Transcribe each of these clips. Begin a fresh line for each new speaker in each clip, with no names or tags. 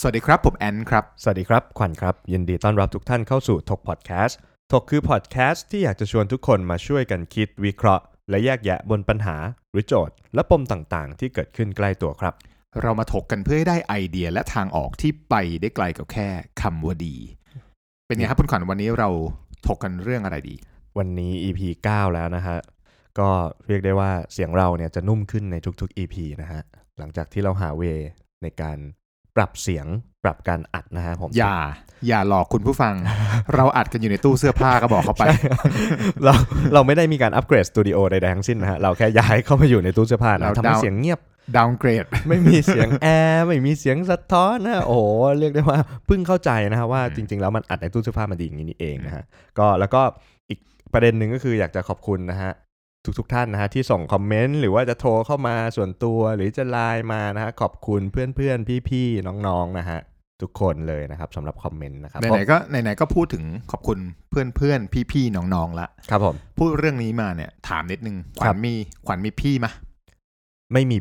สวัสดีครับ ผมแอนครับ
สวัสดีครับ ขวัญครับ ยินดีต้อนรับทุกท่านเข้าสู่ทกพอดแคสต์ทกคือพอดแคสต์ที่อยากจะชวนทุกคนมาช่วยกันคิดวิเคราะห์ และแยกแยะบนปัญหา หรือโจทย์ และปมต่างๆ ที่เกิดขึ้นใกล้ตัวครับ
เรามาถกกันเพื่อให้ได้ไอเดียและทางออกที่ไปได้ไกลกว่าแค่คำว่าดี เป็นไงครับคุณขวัญวันนี้เราถกกันเรื่องอะไรดี
วันนี้ EP 9 แล้วนะฮะ ก็เรียกได้ว่าเสียงเราเนี่ยจะนุ่มขึ้นในทุกๆ EP นะฮะ หลังจากที่เราหาเวย์ในการปรับเสียงปรับการอัดนะฮะผม
อย่า อย่าหลอกคุณผู้ฟัง เราอัดกันอยู่ในตู้เสื้อผ้าก็บอกเขาไป
เราเราไม่ได้มีการอัปเกรดสตูดิโอใดๆทั้งสิ้นนะฮะ เราแค่ย้ายเข้ามาอยู่ในตู้เสื้อผ้านะ
เรา
ทำให้
ดาว
เสียงเงียบ
ดาวน์เกรด
ไม่มีเสียงแอร์ไม่มีเสียงสะท้อนนะโอ้โหเรียกได้ว่าเพิ่งเข้าใจนะฮะว่า
อื
จ
ม
ริง ๆ แล้วมันอัดในตู้เสื้อผ้ามันดีอย่างนี้นี่เองนะฮะก็แล้วก็อีกประเด็นหนึ่งก็คืออยากจะขอบคุณนะฮะทุกๆท่านนะฮะที่ส่งคอมเมนต์หรือว่าจะโทรเข้ามาส่วนตัวหรือจะไลน์มานะฮะขอบคุณเพื่อนๆพี่ๆน้องๆนะฮะทุกคนเลยนะครับสำหรับคอมเมนต์นะครับ
ไหนๆก็ไหนๆก็พูดถึงขอบคุณเพื่อนเพื่อนๆพี่ๆน้องๆละ
ครับผม
พูดเรื่องนี้มาเนี่ยถามนิดนึงขวั
ครั
ญ
บ
มีขวัญมีพี่มะ
ไม่มี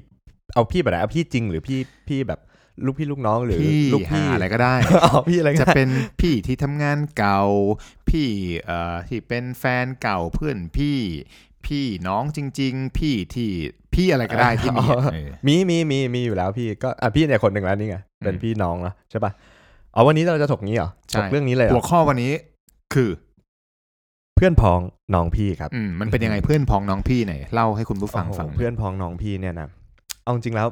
เอาพี่แบบไหนเอาพี่จริงหรือพี่พี่แบบลูกพี่ลูกน้องหรือ
พี่
ลูกพี่
หาอะไรก็ได้
อ๋อพี่อะไรกั
จะ
น
เป็นพี่ที่ทำงานเก่า พี่เอ่อที่เป็นแฟนเก่าเพื่อนพี่ พี่น้องจริง ๆ พี่ที่พี่อะไรก็ได้ที่มี
อ๋อ
เออ
มีมีมีมีอยู่แล้วพี่ก็อ่ะพี่เนี่ยคนหนึ่งแล้วนี่ไงเป็น
อืม
พี่น้องแล้วใช่ป่ะเอาวันนี้เราจะถกงี้เหรอ
ใช่
ถกเรื่องนี้เลยเหร
หัว
อ
ข้อวันนี้คือ
เพื่อนพ้องน้องพี่ครับ
อืมมันเป็นยังไงเพื่อนพ้องน้องพี่หน่อยเล่าให้คุณผู้ฟัง
โอ้โห
ฟัง
เพื่อนพ้องน้องพี่เนี่ยนะเอาจริงแล้ว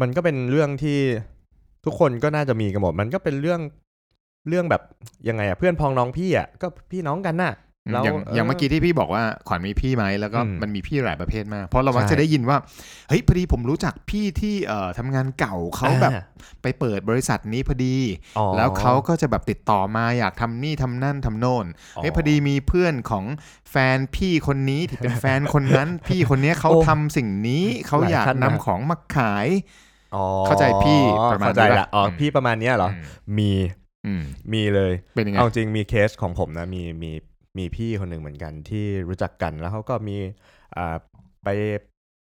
มันก็เป็นเรื่องที่ทุกคนก็น่าจะมีกันหมดมันก็เป็นเรื่องเรื่องแบบยังไงอะเพื่อนพ้องน้องพี่อะก็พี่น้องกันน่ะ
อืม
แล้ว
อย่าง
เอ่อ
อ
อย่าง
เมื่อกี้ที่พี่บอกว่าขวัญมีพี่ไหมแล้วก็
อืม
มันมีพี่หลายประเภทมากเพราะเรามัก
ใช่
จะได้ยินว่าเฮ้ยพอดีผมรู้จักพี่ที่เอ่อทำงานเก่าเขาแบบ
อ่ะ
ไปเปิดบริษัทนี้พอดี
อ๋อ
แล้วเขาก็จะแบบติดต่อมาอยากทำนี่ทำนั่นทำโน่น เฮ้ยพอดีมีเพื่อนของแฟนพี่คนนี้ที่เป็นแฟนคนนั้น พี่คนเนี้ยเขา
โอ้
ทำสิ่งนี้เขา
หลาย
อยาก
ขั้น
นำ
มาก
ของมาขาย
อ๋อ
เข้าใจพี่ประมาณ
เข้ใจ
นี้ปะ
ละอ๋ออ
ม
พี่ประมาณเนี้ยเหรอ
ม
มี
อืม
มีเลย
เป็นยังไง
เอาจริงมีเคสของผมนะมีมีมีพี่คนหนึ่งเหมือนกันที่รู้จักกันแล้วเขาก็มีอ่าไป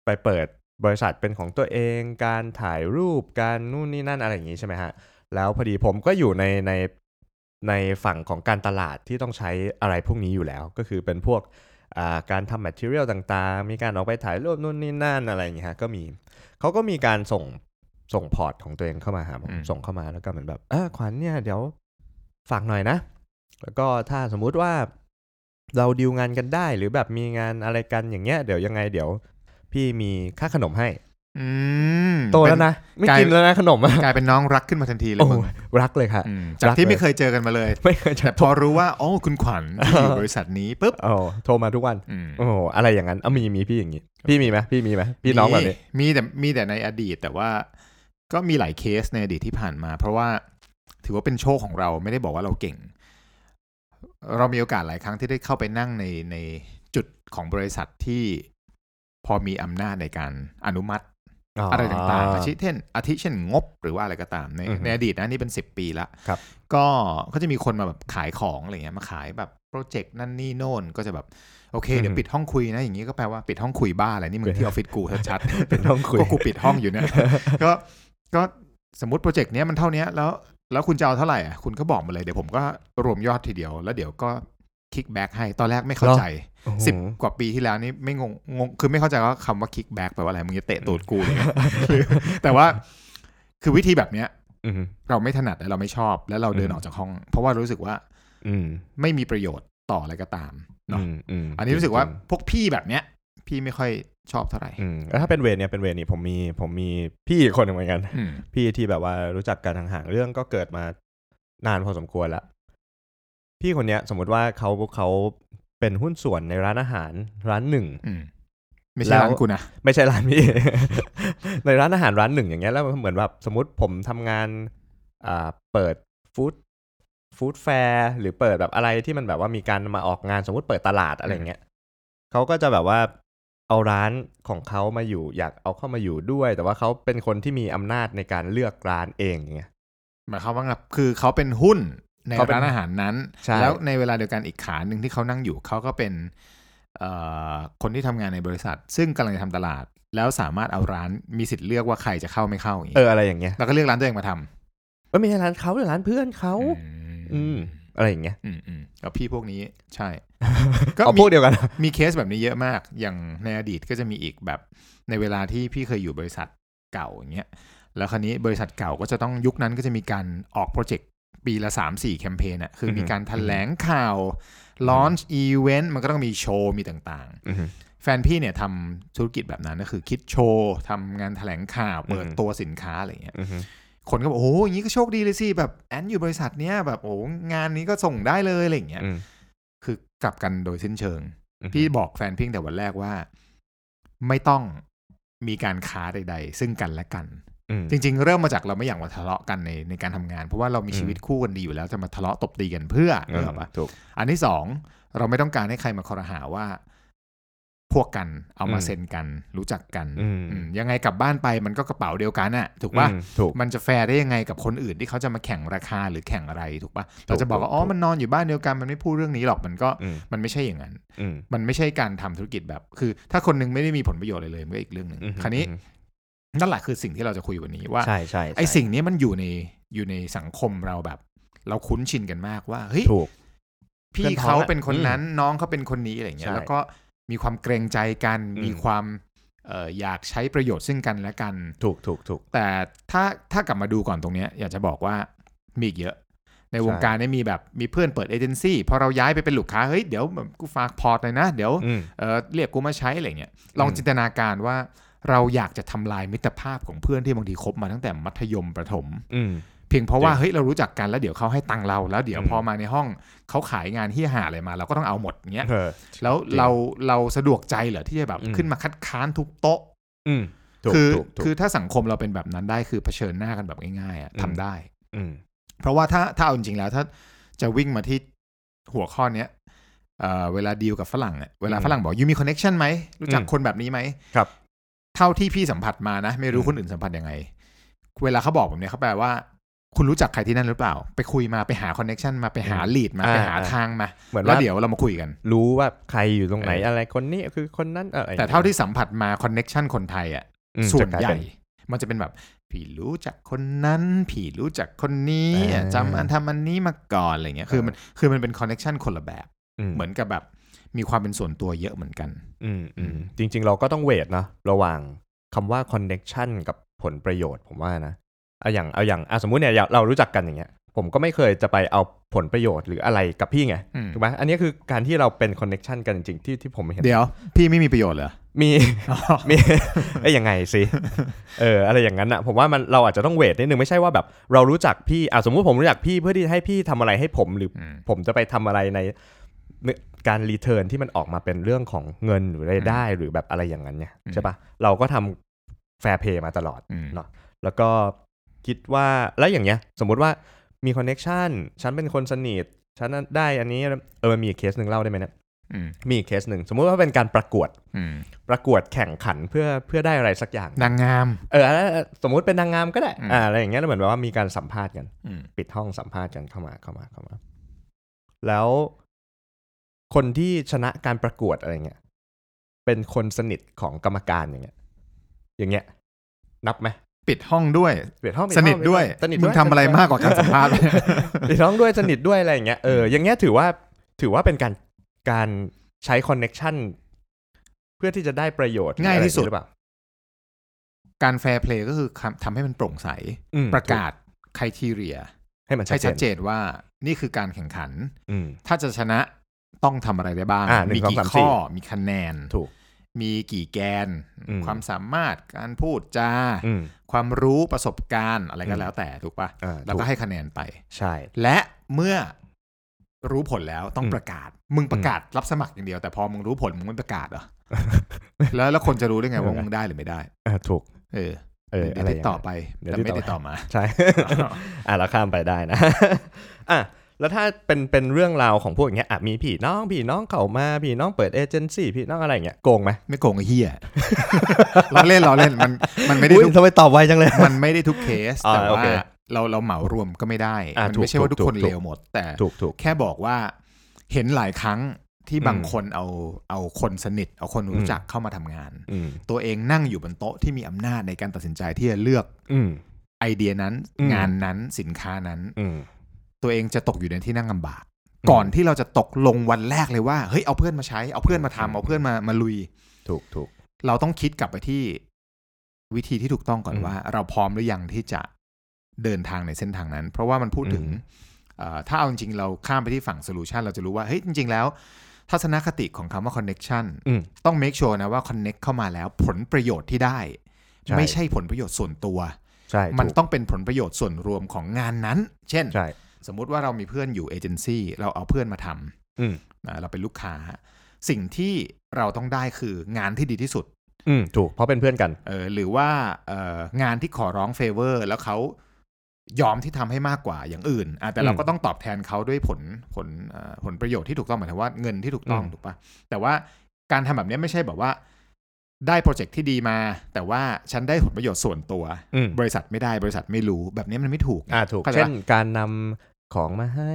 ไปเปิดบริษัทเป็นของตัวเอง การถ่ายรูปการนู่นนี่นั่นอะไรอย่างนี้ใช่ไหมฮะ แล้วพอดีผมก็อยู่ในในในฝั่งของการตลาดที่ต้องใช้อะไรพวกนี้อยู่แล้ว ก็คือเป็นพวกอ่าการทำแมทเทียลต่างๆ มีการออกไปถ่ายรูปนู่นนี่นั่นอะไรอย่างเงี้ยฮะก็มีเขาก็มีการส่งส่งพอร์ตของตัวเองเข้ามาหาผมส่งเข้ามาแล้วก็เหมือนแบบเออขวัญเนี่ยเดี๋ยว ฝากหน่อยนะ แล้วก็ถ้าสมมุติว่าเราดีลงานกันได้หรือแบบมีงานอะไรกันอย่างเงี้ยเดี๋ยวยังไงเดี๋ยว พี่มีค่าขนมให้
อืม
โตแล้วนะ ไม่กินแล้วนะขนมอะ
เป็นกลายเป็นน้องรักขึ้นมาทันทีเลย
โอ้
มึง
รักเลยค่ะ
อืมจาก
รัก
ที่ไม่
เลย
เคยเจอกันมาเลย
ไม่เคยจะ
แต่พอรู้ว่าอ๋อคุณขวัญที่อยู่บริษัทนี้ปุ๊บ
โอ้โทรมาทุกวัน
อืม
โอ้โหอะไรอย่างนั้นเอามีมีพี่อย่างงี้ พี่มีไหมพี่มีไหมพี่น้องแบบนี้
มีแต่มีแต่ในอดีตแต่ว่า ก็มีหลายเคสในอดีตที่ผ่านมา เพราะว่าถือว่าเป็นโชคของเราไม่ได้บอกว่าเราเก่ง เรามีโอกาสหลายครั้งที่ได้เข้าไปนั่งในในจุดของบริษัทที่พอมีอำนาจในการอนุมัติอะไรต่างๆอาทิเช่นอาทิเช่นงบหรือว่าอะไรก็ตามใน
อือฮึ
ในอดีตนะนี่เป็นสิบปีละ
ครับ
ก็ก็จะมีคนมาแบบขายของอะไรเงี้ยมาขายแบบโปรเจกต์นั่นนี่โน่นก็จะแบบโอเคเดี๋ยวปิดห้องคุยนะอย่างนี้ก็แปลว่าปิดห้องคุยบ้าอะไรนี่มึงที่ออฟฟิศกูชัดๆ
เป็นต้องคุย
ก็กูปิดห้องอยู่เนี่ย ก็ก็สมมติโปรเจกต์เนี้ยมันเท่าเนี้ยแล้ว แล้วคุณจะเอาเท่าไหร่อ่ะคุณก็บอกมาเลยเดี๋ยวผมก็รวมยอดทีเดียว แล้วเดี๋ยวก็คิกแบ็กให้ตอนแรกไม่เข้าใจ
โอ้โห
สิบกว่าปีที่แล้วนี่ไม่งงงงคือไม่เข้าใจว่าคำว่าคิกแบ็กแปลว่าอะไรมึงจะเตะตูดกูเลย แต่ว่าคือวิธีแบบเนี้ย
อืม
เราไม่ถนัดและเราไม่ชอบ แล้วเราเดิน
อืม
ออกจากห้อง เพราะว่ารู้สึกว่า
อืม
ไม่มีประโยชน์ต่ออะไรก็ตามเนาะ
มม
อันนี้รู้สึกว่าพวกพี่แบบเนี้ย พี่ไม่ค่อยชอบเท่าไหร่
อืมแล้วถ้าเป็นเวรเนี่ยเป็นเวรนี่ผมมีผมมีพี่อีกคนหนึ่งเหมือนกัน
อืม
พี่ที่แบบว่ารู้จักกันห่างๆเรื่องก็เกิดมานานพอสมควรแล้ว พี่คนเนี้ย สมมติว่าเขาเขาเป็นหุ้นส่วนในร้านอาหารร้านหนึ่ง
อืมไม่ใช่ร้านกูนะ
ไม่ใช่ร้ านพี่ ในร้านอาหารร้านหนึ่งอย่างเงี้ยแล้วเหมือนแบบสมมติผมทำงานอ่าเปิดฟู้ดฟู้ดแฟร์หรือเปิดแบบอะไรที่มันแบบว่ามีการมาออกงานสมมติเปิดตลาดอะไรเงี้ยเขาก็จะแบบว่าเอาร้านของเขามาอยู่ อยากเอาเข้ามาอยู่ด้วย แต่ว่าเขาเป็นคนที่มีอำนาจในการเลือกร้านเองอย่างเงี้ย
หมายความว่าไงครับคือเขาเป็นหุ้นใน
เขาเป็น
ร้านอาหารนั้น
ใช่
แล้วในเวลาเดียวกันอีกขาหนึ่งที่เขานั่งอยู่เขาก็เป็นเอ่อคนที่ทำงานในบริษัท ซึ่งกำลังจะทำตลาด แล้วสามารถเอาร้านมีสิทธิ์เลือกว่าใครจะเข้าไม่เข้าอย่าง
เอ
นี้
ออะไรอย่างเงี้ย
แล้วก็เลือกร้านตัวเองมาทำ
เอ้ยไม่ใช่ร้านเขาหรือร้านเพื่อนเขา อื
อื
ม
ม
อะไรอย่างเงี้ย
อืมอืมกับพี่พวกนี้ใช่ ก็
เอา
มี
พวกเดียวกันนะ
มีเคสแบบนี้เยอะมาก อย่างในอดีตก็จะมีอีกแบบในเวลาที่พี่เคยอยู่บริษัทเก่าอย่างเงี้ยแล้วคราวนี้บริษัทเก่าก็จะต้องยุคนั้นก็จะมีการออกโปรเจกต์ปีละ 3 4 แคมเปญอะคือมีการแถลงข่าวลอนช์อีเวนต์มันก็ต้องมีโชว์มีต่างๆ
อือฮึ
แฟนพี่เนี่ยทำธุรกิจแบบนั้นก็คือคิดโชว์ทำงานแถลงข่าว เปิด
อืม
ตัวสินค้าอะไรเงี้ย
อือฮึ
คนก็บอกโอ้โหอย่างนี้ก็โชคดีเลยสิ แบบแอนอยู่บริษัทเนี้ยแบบโอ้โหงานนี้ก็ส่งได้เลยอะไรเงี้ย
อืม
คือกลับกันโดยสิ้นเชิง
อือฮึ
พี่บอกแฟนพี่ตั้งแต่วันแรกว่า ไม่ต้องมีการค้าใด ๆ ซึ่งกันและกัน
อืม
จริง ๆ เริ่มมาจากเราไม่อยากมาทะเลาะกันในในการทำงาน เพราะว่าเรามี
อืม
ชีวิตคู่กันดีอยู่แล้วจะมาทะเลาะตบตีกันเพื่อ
เอ
เพื่
อ
อปะ
ถูก
อันที่สองเราไม่ต้องการให้ใครมาคอรหาว่า พวกกันเอามา
อืม
เซ็นกัน รู้จักกัน
อืม
อืมยังไงกลับบ้านไปมันก็กระเป๋าเดียวกันอะถูกปะ
อืมถูก
มันจะแฟร์ได้ยังไงกับคนอื่นที่เขาจะมาแข่งราคาหรือแข่งอะไรถูกปะเราจะบอกว่า
ถูก
อ๋อ
ถูก
มันนอนอยู่บ้านเดียวกันมันไม่พูดเรื่องนี้หรอกมันก็
อืม
มันไม่ใช่อย่างนั้น
อืม
มันไม่ใช่การทำธุรกิจแบบ คือ ถ้าคนหนึงไม่ได้มีผลประโยชน์อะไรเลยมันก็อีกเรื่องหนึ่ง
อืม
คราวนี้
อืม
นั่นแหละคือสิ่งที่เราจะคุยวันนี้ว่า
ใช่ใช่ใช่
ไอ้สิ่งนี้มันอยู่ในอยู่ในสังคมเราแบบ เราคุ้นชินกันมากว่าเฮ้ย
ถูก
พี่
เพื่อนพ้อง
เขา
อะ
เป็นคน
อืม
นั้นน้องเขาเป็นคนนี้อะไรเงี้
ใช่
ยแล้วก็มีความเกรงใจกัน
อืม
มีความเอ่ออยากใช้ประโยชน์ซึ่งกันและกัน
ถูกถูกถูก
แต่ถ้าถ้ากลับมาดูก่อนตรงเนี้ยอยากจะบอกว่ามีอีกเยอะ ในวง
ใช่
การเนี่ยมีแบบมีเพื่อนเปิดเอเจนซี่พอเราย้ายไปเป็นลูกค้าเฮ้ยเดี๋ยวแบบกูฝากพอร์ตหน่อยนะ เดี๋ยว
อืม
เอ่อเรียกกูมาใช้อะไรเงี้ยลอง
อืม
จินตนาการว่าเราอยากจะทำลายมิตรภาพของเพื่อนที่บางทีคบมาตั้งแต่มัธยมประถม
อืม
เพียงเพราะว่าเฮ้ยเรารู้จักกันแล้วเดี๋ยวเขาให้ตังค์เราแล้วเดี๋ยว
อืม
พอมาในห้องเขาขายงานที่หาอะไรมา เราก็ต้องเอาหมดเงี้ย
เออ
แล้ว
จริง
เราเราสะดวกใจเหรอที่จะแบบ
อืม
ขึ้นมาคัดค้านทุกโต๊ะ
อืมถูก
คือ
ถูกถูก
คือถ้าสังคมเราเป็นแบบนั้นได้คือเผชิญหน้ากันแบบง่ายๆอะ
อืม
ทำได้
อืม
เพราะว่าถ้าถ้าเอาจริงๆแล้วถ้าจะวิ่งมาที่หัวข้อเนี้ยเอ่อเวลาดีลกับฝรั่งเนี่ยเวลา
อืม
ฝรั่งบอกยูมีคอนเน็ชันไหมรู้จัก
อืม
คนแบบนี้ไหม
ครับ
เท่าที่พี่สัมผัสมานะ ไม่รู้
อืม
คนอื่นสัมผัสยังไง เวลาเขาบอกแบบเนี้ยเขาแปลว่า คุณรู้จักใครที่นั่นหรือเปล่า ไปคุยมาไปหาคอนเน็ชันมาไปหาลีดมาไปหาทางมา
เหมือน
แล้ว
ว่า
เดี๋ยวเรามาคุยกัน
รู้ว่าใครอยู่ตรงไหน
เอออ
อะไรคนนี้คือคนนั้นอะไรอย่ง
แต่
งี้ย
เท่าที่สัมผัสมาคอนเน็ชันคนไทยอ่ะ
อืม
ส่วน
จะกลาย
ใหญ่
เป็น
มันจะเป็นแบบ ผีรู้จักคนนั้น ผีรู้จักคนนี้
อ่า
จำอันทำอันนี้มาก่อนอะไรเงี้ยคือมันคือมันเป็นคอนเน็ชันคนละแบบ
ม
เหมือนกับแบบมีความเป็นส่วนตัวเยอะเหมือนกัน
อืมอืม
อืม
จริง ๆ เราก็ต้องเวทนะระหว่างคำว่า connection กับผลประโยชน์ผมว่านะเอาอย่างเอาอย่างอ่ะสมมุติเนี่ยอย่างเรารู้จักกันอย่างเงี้ย ผมก็ไม่เคยจะไปเอาผลประโยชน์หรืออะไรกับพี่ไง
อืม
ถูกไหมอันนี้คือการที่เราเป็น connection กันจริงๆที่ที่ผมเห็น
เดี๋ยวพี่ไม่มีประโยชน์เหรอ
มี มีเอ้ยยังไงสิเอออะไรอย่างนั้นอ่ะผมว่ามันเราอาจจะต้องเวทนิดนึงไม่ใช่ว่าแบบ เรารู้จักพี่อ่ะสมมุติผมรู้จักพี่เพื่อที่ให้พี่ทำอะไรให้ผมหรือ
อืม
ผมจะไปทำอะไรในการรีเทิร์นที่มันออกมาเป็นเรื่องของเงินหรือรายได้หรือแบบอะไรอย่างนั้นเนี่ยใช่ปะเราก็ทำแฟร์เพย์มาตลอด
อืม
เนาะ แล้วก็คิดว่าแล้วอย่างเงี้ย สมมุติว่ามีคอนเน็ชันฉันเป็นคนสนิทฉันได้อันนี้เออมันมีอีกเคสหนึ่งเล่าได้ไหมเนี่ย
อืม
มีอีกเคสหนึ่งสมมุติว่าเป็นการประกวด
อืม
ประกวดแข่งขันเพื่อเพื่อได้อะไรสักอย่าง
นางงาม
เออแล้วสมมุติเป็นนางงามก็ได้
อืม
อ่าอะไรอย่างเงี้ยแล้วเหมือนแบบว่ามีการสัมภาษณ์กัน
อืม
ปิดห้องสัมภาษณ์กันเข้ามาเข้ามาเข้ามา แล้วคนที่ชนะการประกวดอะไรเงี้ยเป็นคนสนิทของกรรมการอย่างเงี้ย อย่างเงี้ย นับไหม
ปิดห้องด้วย
เปลี่ยนห้องปิ
ส
ห้อง
นิทด้วย
สนิท
มึง
ด้วย
ทำอะไรมากกว่า การสัมภาษณ์
ปิดห้องด้วยสนิทด้วยอะไรอย่างเงี้ยเอออย่างเงี้ยถือว่าถือว่าเป็นการการใช้คอนเน็ชันเพื่อที่จะได้ประโยชน์
ง่ายที่สุด
หรือเปล่า
การแฟร์เพลย์ก็คือทำให้มันโปร่งใส
อืม
ประกาศคุณทีเรีย
ให้มัน
ให้ชั
ชั
ด
ดเจน
เจนว่านี่คือการแข่งขัน
อืม
ถ้าจะชนะต้องทำอะไรได้บ้าง
อ่าหนึ่ง
มี
ส
กี่
องสามสี่
ข้อ มีคะแนน
ถูก
มีกี่แกน
อืม
ความสามารถ การพูดจา
อืม
ความรู้ประสบการณ์อะไร
อื
ก็
ม
แล้วแต่ถูกปะ
อ่า
แล้วก็
ถู
ให้คะแนนไป
ใช่
และเมื่อรู้ผลแล้วต้อง
อืม
ประกาศ มึงประกาศรับสมัครอย่างเดียวแต่พอมึงรู้ผลมึงไม่ประกาศเหรอ แล้วแล้วคนจะรู้ได้ไงว่า
เออ
มึงได้หรือไม่ได้
อ่าถูก
เออ
เออ
เดี๋ยว
ไร
ติด
ย่าง
ต่อ
นั้น
ไป
เดี๋ยว
แต่ไม่
ติ
ติ
ด
ด
ต่
ต่
อ
อมา
ใช่ อ่ะเราข้ามไปได้นะ อ่ะแล้วถ้าเป็นเป็นเรื่องราวของพวกอย่างเงี้ยอ่ะมีพี่น้องพี่น้องเข้ามาพี่น้องเปิดเอเจนซี่พี่น้องอะไรอย่างเงี้ยโกงไหม
ไม่โกงไอ้เหี้ย เราเล่นเราเล่นมันมันไม่ได้
อุ๊ย
ทุก
ทำไมตอบไวจังเลย
มันไม่ได้ทุกเคส
อ่า
แต่
โอ
ว่า
เค
เราเราเหมารวมก็ไม่ได้
อ่า
มั
ถูก
ไม่ใช่ว่าทุก
ถูก
คน
ถูก
เลวหมด แต่
ถูกถูก
แค่บอกว่าเห็นหลายครั้งที่
อืม
บางคนเอาเอาคนสนิท เอาคน
อื
รู้
ม
จักเข้ามาทำงาน
อืม
ตัวเองนั่งอยู่บนโต๊ะที่มีอำนาจในการตัดสินใจที่จะเลือก
อืม
ไอเดียนั้น
อืม
งานนั้นสินค้านั้น
อืม
ตัวเองจะตกอยู่ในที่นั่งลำบาก
อืม
ก่อนที่เราจะตกลงวันแรกเลยว่าเฮ้ยเอาเพื่อนมาใช้เอาเพื่อนมาทำ
อืม
เอาเพื่อนมามาลุย
ถูกถูก
เราต้องคิดกลับไปที่วิธีที่ถูกต้องก่อน
อืม
ว่า เราพร้อมหรือยังที่จะเดินทางในเส้นทางนั้น เพราะว่ามันพูดถึง
อืม
เอ่อถ้าเอาจริงๆ เราข้ามไปที่ฝั่งโซลูชันเราจะรู้ว่าเฮ้ยจริง ๆ แล้ว ทัศนคติของคำว่า Connection
อืม
ต้อง make sure นะว่า Connect เข้ามาแล้วผลประโยชน์ที่ได้
ใช่
ไม่ใช่ผลประโยชน์ส่วนตัว
ใช่
มัน
ถูก
ต้องเป็นผลประโยชน์ส่วนรวมของงานนั้น เช่น
ใช่
สมมุติว่าเรามีเพื่อนอยู่เอเจนซี่เราเอาเพื่อนมาท
อืม
ำอ่าเราเป็นลูกค้า สิ่งที่เราต้องได้คืองานที่ดีที่สุด
อืมถูกเพราะเป็นเพื่อนกัน
เออหรือว่าเอ่องานที่ขอร้องเฟเวอร์ แล้วเขายอมที่ทำให้มากกว่าอย่างอื่นอ่ะแต่เรา
อืม
ก็ต้องตอบแทนเขาด้วยผลผลเอ่อผลประโยชน์ที่ถูกต้องหมายถึงว่าเงินที่ถูกต้อง
อืม
ถูกปะแต่ว่าการทำแบบเนี้ยไม่ใช่แบบว่าได้โปรเจกต์ที่ดีมา แต่ว่าฉันได้ผลประโยชน์ส่วนตัว
อืม
บริษัทไม่ได้บริษัทไม่รู้แบบเนี้ยมันไม่ถูกไง
อ่าถูก
เข้าใจปะ
เช่นการนำของมาให้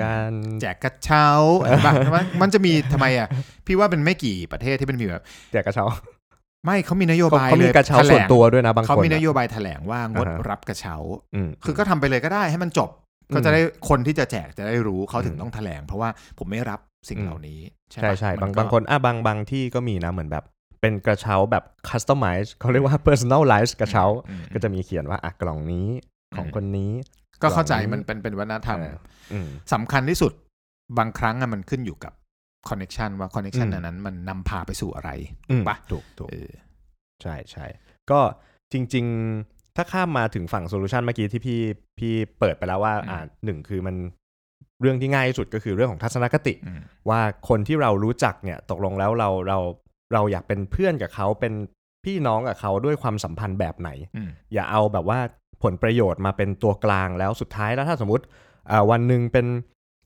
การ
แจกกระ เช้าอะไรบ้างใช่ไหมมันจะมีทำไมอ่ะพี่ว่าเป็นไม่กี่ประเทศที่มันมีแบบ
แจกกระเช้า
ไม่เขามีนโยบาย
เขา
เล
มี
ย
กระเช้า
แถล
ส่วน
ง
ตัวด้วยนะบางคน
เขามีนโย
อะ
บายแถลงว่างด
อ่าฮะ
รับกระเช้า
อืม
คือก็ทำไปเลยก็ได้ให้มันจบ
อืม
ก็จะได้คนที่จะแจกจะได้รู้เขาถึง
อืม
ต้องแถลง เพราะว่าผมไม่รับสิ่ง
อืม
เหล่านี้ใช่
ใช่
ปะ
ใช่
มั
บาง
ก็
บางคนอ่ะบางบางที่ก็มีนะเหมือนแบบ เป็นกระเช้าแบบ customize เขาเรียกว่า personalize กระเช้า
อืม
ก็จะมีเขียนว่าอ่ะกล่องนี้ของคนนี้
ก็เข้าใจ
เหล่านี้
มันเป็นเป็นวัฒนธรรม
อ่าอืม
สำคัญที่สุดบางครั้งอะมันขึ้นอยู่กับคอนเน t ชันว่าคอนเน t ชัน
อืม
นั้นมันนำพาไปสู่อะไร
อืม
ปะ
ถูกถูก
เออ
ใช่ใช่ก็จริง ๆ ถ้าข้ามมาถึงฝั่งโซลูชันเมื่อกี้ที่พี่พี่เปิดไปแล้วว่า
อืม
อ่าหนึ่งคือมันเรื่องที่ง่ายที่สุดก็คือเรื่องของทัศนคติ
อืม
ว่าคนที่เรารู้จักเนี่ยตกลงแล้วเราเราเราอยากเป็นเพื่อนกับเขาเป็นพี่น้องกับเขาด้วยความสัมพันธ์แบบไหน
อืม
อย่าเอาแบบว่าผลประโยชน์มาเป็นตัวกลางแล้วสุดท้ายแล้วถ้าสมมติอ่าวันหนึ่งเป็น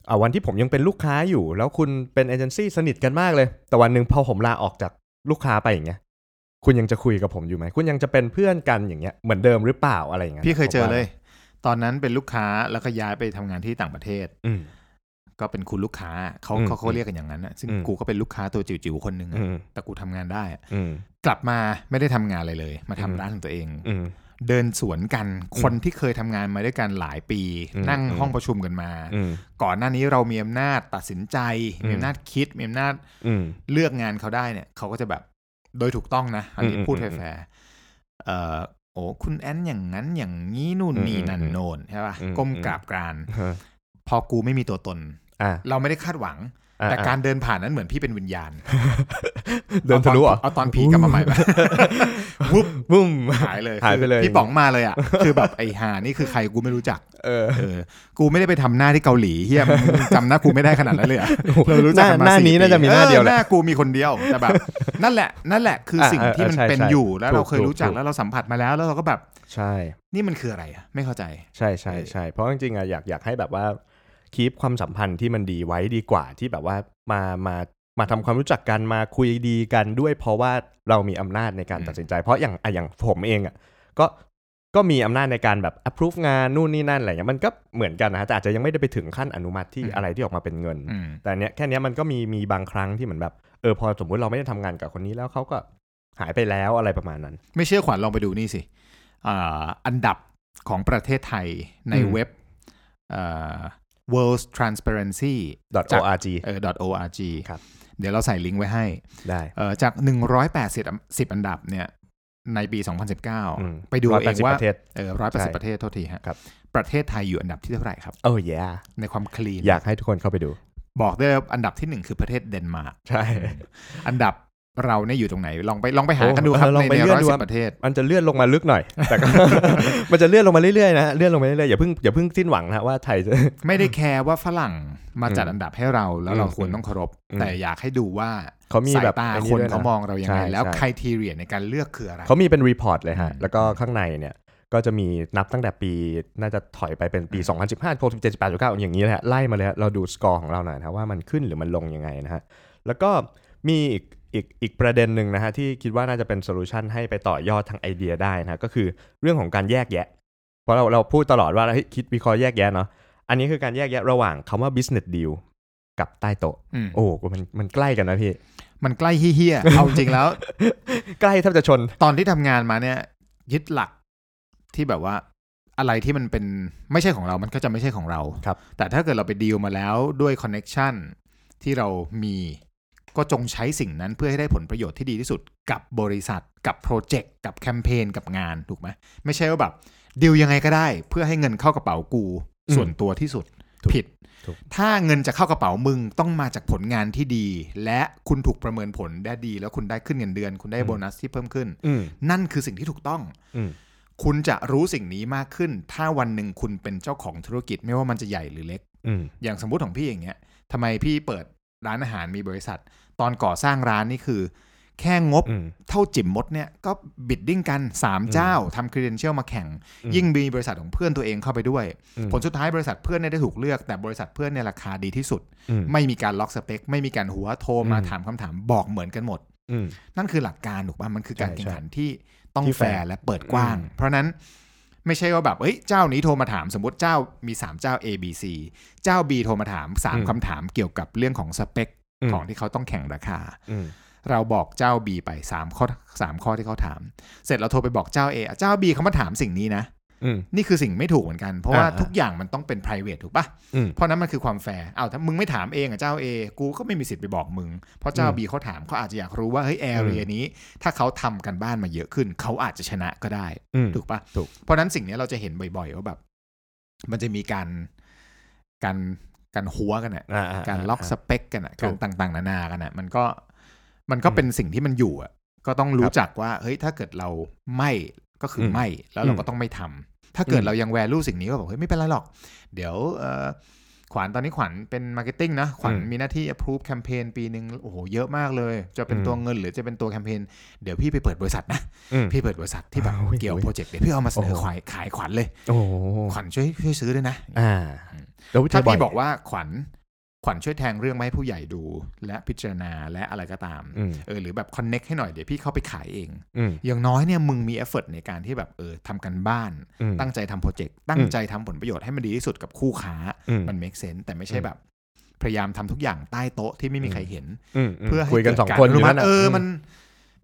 อ่าวันที่ผมยังเป็นลูกค้าอยู่ แล้วคุณเป็นเอเจนซี่สนิทกันมากเลย แต่วันหนึ่งพอผมลาออกจากลูกค้าไปอย่างเงี้ยคุณยังจะคุยกับผมอยู่ไหม คุณยังจะเป็นเพื่อนกันอย่างเงี้ยเหมือนเดิมหรือเปล่าอะไรอย่างเงี้ย
พี่เคยเจอเลย ตอนนั้นเป็นลูกค้าแล้วก็ย้ายไปทำงานที่ต่างประเทศ
อืม
ก็เป็นคุณลูกค้าเขา
อืม
เขาเขาเรียกกันอย่างนั้นอะซึ่ง
อืม
กูก็เป็นลูกค้าตัวจิ๋วๆคนหนึ่งอะ
อืม
แต่กูทำงานได้อะ
อืม
กลับมาไม่ได้ทำงานอะไรเลย มาทำ
อืม
ร้านของตัวเอง
อืม
เดินสวนกันคนที่เคยทำงานมาด้วยกันหลายปี
อืม
นั่ง
อืม
ห้องประชุมกันมา
อืม
ก่อนหน้านี้เรามีอำนาจตัดสินใจ
อืม
มีอำนาจคิด มีอำนาจ
อืม
เลือกงานเขาได้เนี่ยเขาก็จะแบบโดยถูกต้องนะอันนี้
อืม
พูด
อื
แฟ
ม
ร์ๆเอ่อโอ้คุณแอนอย่างนั้นอย่างนี้นู่น
อืม
นี่นั่น
อืม
โน่นใช่ป่ะ
อืม
ก้ม
อืม
กราบกราน
ฮะ
พอกูไม่มีตัวตน
อ่า
เราไม่ได้คาดหวัง แต่การเดินผ่านนั้นเหมือนพี่เป็นวิญญาณ
เดินทะลุอ่ะ
เอาตอนผีกลับ มาใหม่ปะ
วุ้มวุ้ม
หายเลย
หายไปเลย
คือพี่ป๋องมาเลย อ่ะ คือแบบไอ้หานี่คือใครกูไม่รู้จัก
เออ
เออ กูไม่ได้ไปทำหน้าที่เกาหลีเฮียมึงจำหน้ากูไม่ได้ขนาดนั้นเลย อะเรารู้จักกั
ห
มา
น้า
สี่
นี้น่าจะมี
ปี
หน้าเดียว
อ
แห
อห
ละ
น้ากูมีคนเดียวแต่ แบบ นั่นแหละ นั่นแหละคือสิ่ง
อ่าอ่า
ที่มัน
ใช่
เป็น
ใช่
อยู่แล้ว
ถูก
เราเคย
ถูก
รู้จัก
ถูก
แล้วเราสัมผัสมาแล้ว แล้วเราก็แบบ
ใช่
นี่มันคืออะไรอะไม่เข้าใจ
ใช่ใช่
เออ
ใช่เพราะจริงๆอ่ะอยากอยากให้แบบว่าคีปความสัมพันธ์ที่มันดีไว้ดีกว่าที่แบบว่ามามามาทำความรู้จักกันมาคุยดีกันด้วยเพราะว่าเรามีอำนาจในการตัดสินใจ เพราะอย่างอ่ะอย่างผมเองอ่ะก็ก็มีอำนาจในการแบบ approve งานนู่นนี่นั่นอะไรเงี้ยมันก็เหมือนกันนะฮะแต่อาจจะยังไม่ได้ไปถึงขั้นอนุมัติที่อะไรที่ออกมาเป็นเงิน
อืม
แต่เนี้ยแค่เนี้ยมันก็มีมีบางครั้งที่เหมือนแบบเออพอสมมุติเราไม่ได้ทำงานกับคนนี้แล้วเขาก็หายไปแล้วอะไรประมาณนั้น
ไม่เชื่อขวัญลองไปดูนี่สิอ่าอันดับของประเทศไทยใน
อืม
เว็บเอ่อ world transparency
.org
เอ่อ .org
ครับ
เดี๋ยวเราใส่ลิงก์ไว้ให้
ได้
เอ่อจาก 180อัน10 อันดับเนี่ยในปี 2019 ไปดู
ร้ย
เอาเอ
แป
ง
สิบ
ว่า
ประเทศ
เออร้อยแปด
ใช่
สิบประเทศโทษทีฮะ
ครับ
ประเทศไทยอยู่อันดับที่เท่าไหร่ครับ
โอ้ยา
ในความคลีน
อยากให้ทุกคนเข้าไปดู
บอกได้เลยว่าอันดับที่หนึ่งคือประเทศเดนมาร์ก
ใช่
อันดับเราเนี่ยอยู่ตรงไหนลองไปลองไปหากันดู
โอ้
ครับ
เออลอง
ใน
ไป
ใน
เลื่
ร้
อ
อย
นดู
สิ
ครับ บ
ประเทศ
มันจะเลื่อนลงมาลึกหน่ อย แต่ก็ มันจะเลื่อนลงมาเรื่อยๆนะฮะเลื่อนลงมาเรื่อยๆอย่าเพิ่งอย่าเพิ่งสิ้นหวังนะฮะว่าไทยจะ
ไม่ได้แคร์ว่าฝรั่งมาจัด
อืม
อันดับให้เราแล้วเรา
อืม
ควรต้องเคารพ
อืม
แต่อยากให้ดูว่า
เขามี
สาย
แบบ
ตา
ไอ้
คน
ด้วยะ
เขามองเรายังไง
ใช่
แล้ว
ใช่
ค r i ทีเรียในการเลือกคืออะไร
เขามีเป็นรีพอร์ตเลยฮะ
อืม
แล้วก็ข้างในเนี่ย ก็จะมีนับตั้งแต่ปีน่าจะถอยไปเป็นปี
อืม
2015 16 17 18 19อย่างนี้เลยฮะไล่มาเลยฮะเราดูสกอร์ของเราหน่อยนะว่ามันขึ้นหรือมันลงยังไงนะฮะ แล้วก็มีอีกอีกอีกประเด็นหนึ่งนะฮะ ที่คิดว่าน่าจะเป็นโซลูชันให้ไปต่อยอดทางไอเดียได้นะฮะก็คือเรื่องของการแยกแยะ เพราะเราเราพูดตลอดว่าเฮ้ยคิดวิเคราะห์แยกแยะเนาะอันนี้คือการแยกแยะระหว่างคำว่า business deal กับใต้โต๊ะ
อืม
โอ้โหมันมันใกล้กันนะพี่
มันใกล้เฮี้ยๆ เอาจริงแล้ว
ใกล้แทบจะชน
ตอนที่ทำงานมาเนี่ยยึดหลักที่แบบว่า อะไรที่มันเป็นไม่ใช่ของเรา มันก็จะไม่ใช่ของเรา
ครับ
แต่ถ้าเกิดเราไปดีลมาแล้วด้วยคอนเน็ชันที่เรามีก็จงใช้สิ่งนั้นเพื่อให้ได้ผลประโยชน์ที่ดีที่สุดกับบริษัทกับโปรเจกต์กับแคมเปญกับงานถูกไหมไม่ใช่ว่าแบบดีลยังไงก็ได้ เพื่อให้เงินเข้ากระเป๋ากู
อืม
ส่วนตัวที่สุด
ถูก
ผิด
ถูก
ถ้าเงินจะเข้ากระเป๋ามึงต้องมาจากผลงานที่ดี และคุณถูกประเมินผลได้ดี แล้วคุณได้ขึ้นเงินเดือน คุณได้โบนัสที่เพิ่มขึ้น
อืม
นั่นคือสิ่งที่ถูกต้อง
อืม
คุณจะรู้สิ่งนี้มากขึ้น ถ้าวันหนึ่งคุณเป็นเจ้าของธุรกิจไม่ว่ามันจะใหญ่หรือเล็ก
อืม
อย่างสมมุติของพี่อย่างเงี้ยทำไมพี่เปิดร้านอาหารมีบริษัท ตอนก่อสร้างร้านนี่คือ แค่งบ
อืม
เท่าจิ๋มมดเนี่ยก็บิดดิ้งกัน 3 เจ้าทำครีเดนเชียลมาแข่ง
อืม
ยิ่งมีบริษัทของเพื่อนตัวเองเข้าไปด้วย
อืม
ผลสุดท้ายบริษัทเพื่อนเนี่ยได้ถูกเลือก แต่บริษัทเพื่อนเนี่ยราคาดีที่สุด
อืม
ไม่มีการล็อกสเปค ไม่มีการหัวโทรมา
อืม
ถามคำถามบอกเหมือนกันหมด
อืม
นั่นคือหลักการถูกป่ะมันคือการ
ใช่
แข่งขันที่ต้อง
ที่
แฟ
แฟร์
ร์และเปิดกว้าง
อืม
เพราะนั้นไม่ใช่ว่าแบบเอ้ยเจ้านี้โทรมาถามสมมติเจ้ามี 3 เจ้า A B C เจ้า B โทรมาถาม 3คำถามเกี่ยวกับเรื่องของสเปค ของที่เขาต้องแข่งราคา
อืม
เราบอกเจ้า B ไป3ข้อสามข้อที่เขาถาม เสร็จเราโทรไปบอกเจ้า A อ่ะเจ้า B เขามาถามสิ่งนี้นะ
อืม
นี่คือสิ่งไม่ถูกเหมือนกันเพราะว่า
อ่า
ทุกอย่างมันต้องเป็น p r i v a t ถูกปะ
อืม
เพราะนั้นมันคือความแฟร์อ้าวถ้ามึงไม่ถามเองอ่ะเจ้า A กูก็ไม่มีสิทธิ์ไปบอกมึง เพราะเจ้า
อืม
B เขาถามเขาอาจจะอยากรู้ว่าเฮ้ยแอเรียนี้ ถ้าเขาทำกันบ้านมาเยอะขึ้น เขาอาจจะชนะก็ได้
อืม
ถูกปะ
ถูก
เพราะนั้นสิ่งเนี้ยเราจะเห็นบ่อยๆว่าแบบ มันจะมีการการการหัวกันอ่ะ
อ่อ่
การล็อกสเปคกันอะ
ถูก
การต่างๆ นานากันอะมันก็มันก็เป็นสิ่งที่มันอยู่อะก็ต้องรู้จักว่าเฮ้ยถ้าเกิดเราไม่ก็คืออ
ม
ไม่แล้วเรา
อืม
ก็ต้องไม่ทำถ้าเกิด
อืม
เรายังแวลูสิ่งนี้ก็บอกเฮ้ยไม่เป็นไรหรอก เดี๋ยวเอ่อขวัญตอนนี้ขวัญเป็นมาร์เก็ตติ้งนะขวัญมีหน้าที่ approve แคมเปญปีหนึ่งโอ้โหเยอะมากเลย จะเป็นตัวเงินหรือจะเป็นตัวแคมเปญเดี๋ยวพี่ไปเปิดบริษัทนะ
อืม
พี่เปิดบริษัทที่แบบ
โอ้ย
เกี่ยวโปรเจกต์เดี๋ยวพี่เอามาเสนอ
โอ้โห
ขายขายขวัญเลย
โอ้โห
ขวัญช่วยช่วยซื้อด้วยนะ
อ่าแล้ว
ถ้า
เจย
พี่บอกว่าขวัญขวัญช่วยแทงเรื่องมาให้ผู้ใหญ่ดู และพิจารณาและอะไรก็ตาม
อืม
เออหรือแบบคอนเน็กให้หน่อยเดี๋ยวพี่เข้าไปขายเอง
อืม
อย่างน้อยเนี่ยมึงมีเอฟเฟกในการที่แบบเออทำกันบ้าน
อืม
ตั้งใจทำโปรเจกต์ตั้งใจทำผลประโยชน์ให้มันดีที่สุดกับคู่ค้า
อืม
มัน make sense แต่ไม่ใช่แบบ พยายามทำทุกอย่างใต้โต๊ะที่ไม่มีใครเห็น
มม
เพื่อให้
คุยกัน
เด
สองคน
าร
ยู่
มั
นั่
ติ
นน่ะ
เออ
ม
มัน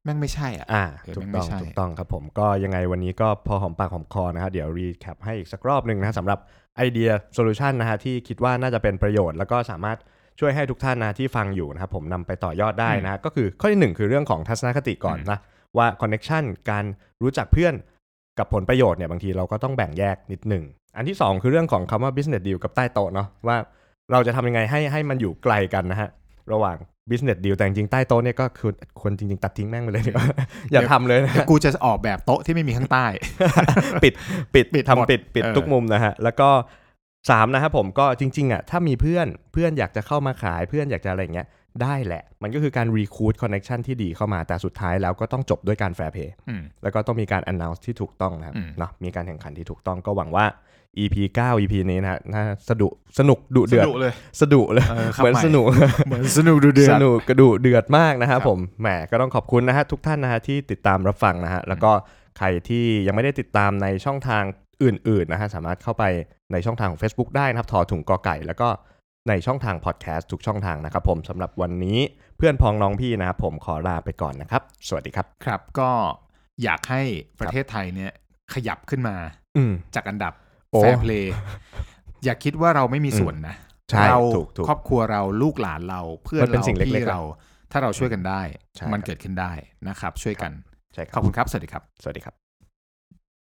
แม่งไม่ใช่อ่ะ
อ่า
เออ
ถู
แม่ง
กต้อง
ไม่ใช่
ถูกต้องครับผมก็ยังไงวันนี้ก็พอหอมปากหอมคอนะครับเดี๋ยวรีแคปให้อีกสักรอบหนึ่งนะสำหรับไอเดียโซลูชันนะฮะที่คิดว่าน่าจะเป็นประโยชน์ แล้วก็สามารถช่วยให้ทุกท่านนะที่ฟังอยู่นะครับผมนำไปต่อยอดได้นะฮะก็คือข้อที่หนึ่งคือเรื่องของทัศนคติก่อนนะว่าคอนเน็ชันการรู้จักเพื่อนกับผลประโยชน์เนี่ยบางทีเราก็ต้องแบ่งแยกนิดหนึ่งอันที่สองคือเรื่องของคำว่า business deal กับใต้โต๊ะเนาะว่าเราจะทำยังไงให้ให้มันอยู่ไกลกันนะฮะระหว่าง business deal แต่จริงๆใต้โต๊ะเนี่ยก็คือควรจริงๆตัดทิ้งแม่งไปเลยดี กว่า อย่าทำเลยนะ
กูจะออกแบบโต๊ะที่ไม่มีข้างใต้
ปิดปิด
ปิ
ปิ
ด
ด
หมด
ทำปิดปิด
เออ
ทุกมุมนะฮะ แล้วก็สามนะครับผมก็จริง ๆอ่ะถ้ามีเพื่อนเพื่อนอยากจะเข้ามาขายเพื่อนอยากจะอะไรอย่างเงี้ยได้แหละ มันก็คือการ recruit connection ที่ดีเข้ามาแต่สุดท้ายแล้วก็ต้องจบด้วยการ fair play
อืม
แล้วก็ต้องมีการ announce ที่ถูกต้องนะครับ
อืม
เนาะมีการแข่งขันที่ถูกต้องก็หวังว่า EP 9 EP นี้นะฮะน่าสะดุสนุกดุเดือด
สนุกเลย
สะดุเลย
เออครับ
เหมือน
ใหม่
สนุก
เหมือนสนุกดูเดือ
ส
ด
นุกกระดูเดือดมากนะครับ
ครับ
ผมแหมก็ต้องขอบคุณนะฮะทุกท่านนะฮะที่ติดตามรับฟังนะฮะแล้วก็ใครที่ยังไม่ได้ติดตามในช่องทางอื่นๆนะฮะสามารถเข้าไปในช่องทางของ Facebook ได้นะครับ ทอถุงกอไก่ แล้วก็ในช่องทางพอดแคสต์ทุกช่องทางนะครับผมสำหรับวันนี้เพื่อนพ้องน้องพี่นะครับผมขอลาไปก่อนนะครับ สวัสดีครับ
ครับก็อยากให้ประเทศไทยเนี่ยขยับขึ้นมา
อืม
จากอันดับ
โอ้
แฟร์เพลย์อย่าคิดว่าเราไม่มีส่วนนะ
ใช่
เรา
ถูกถูก
ครอบครัวเราลูกหลานเราเพื่อน
มันเป็น
เรา
สิ่งเล็กๆ
พี่เรา ถ้าเราช่วยกันได้
ใช่ครับ
มันเกิดขึ้นได้นะครับ ช่วยกัน
ใช่ค
ข
รั
อบบ คุณครับ สวัสดีครับ
สวัสดีครับ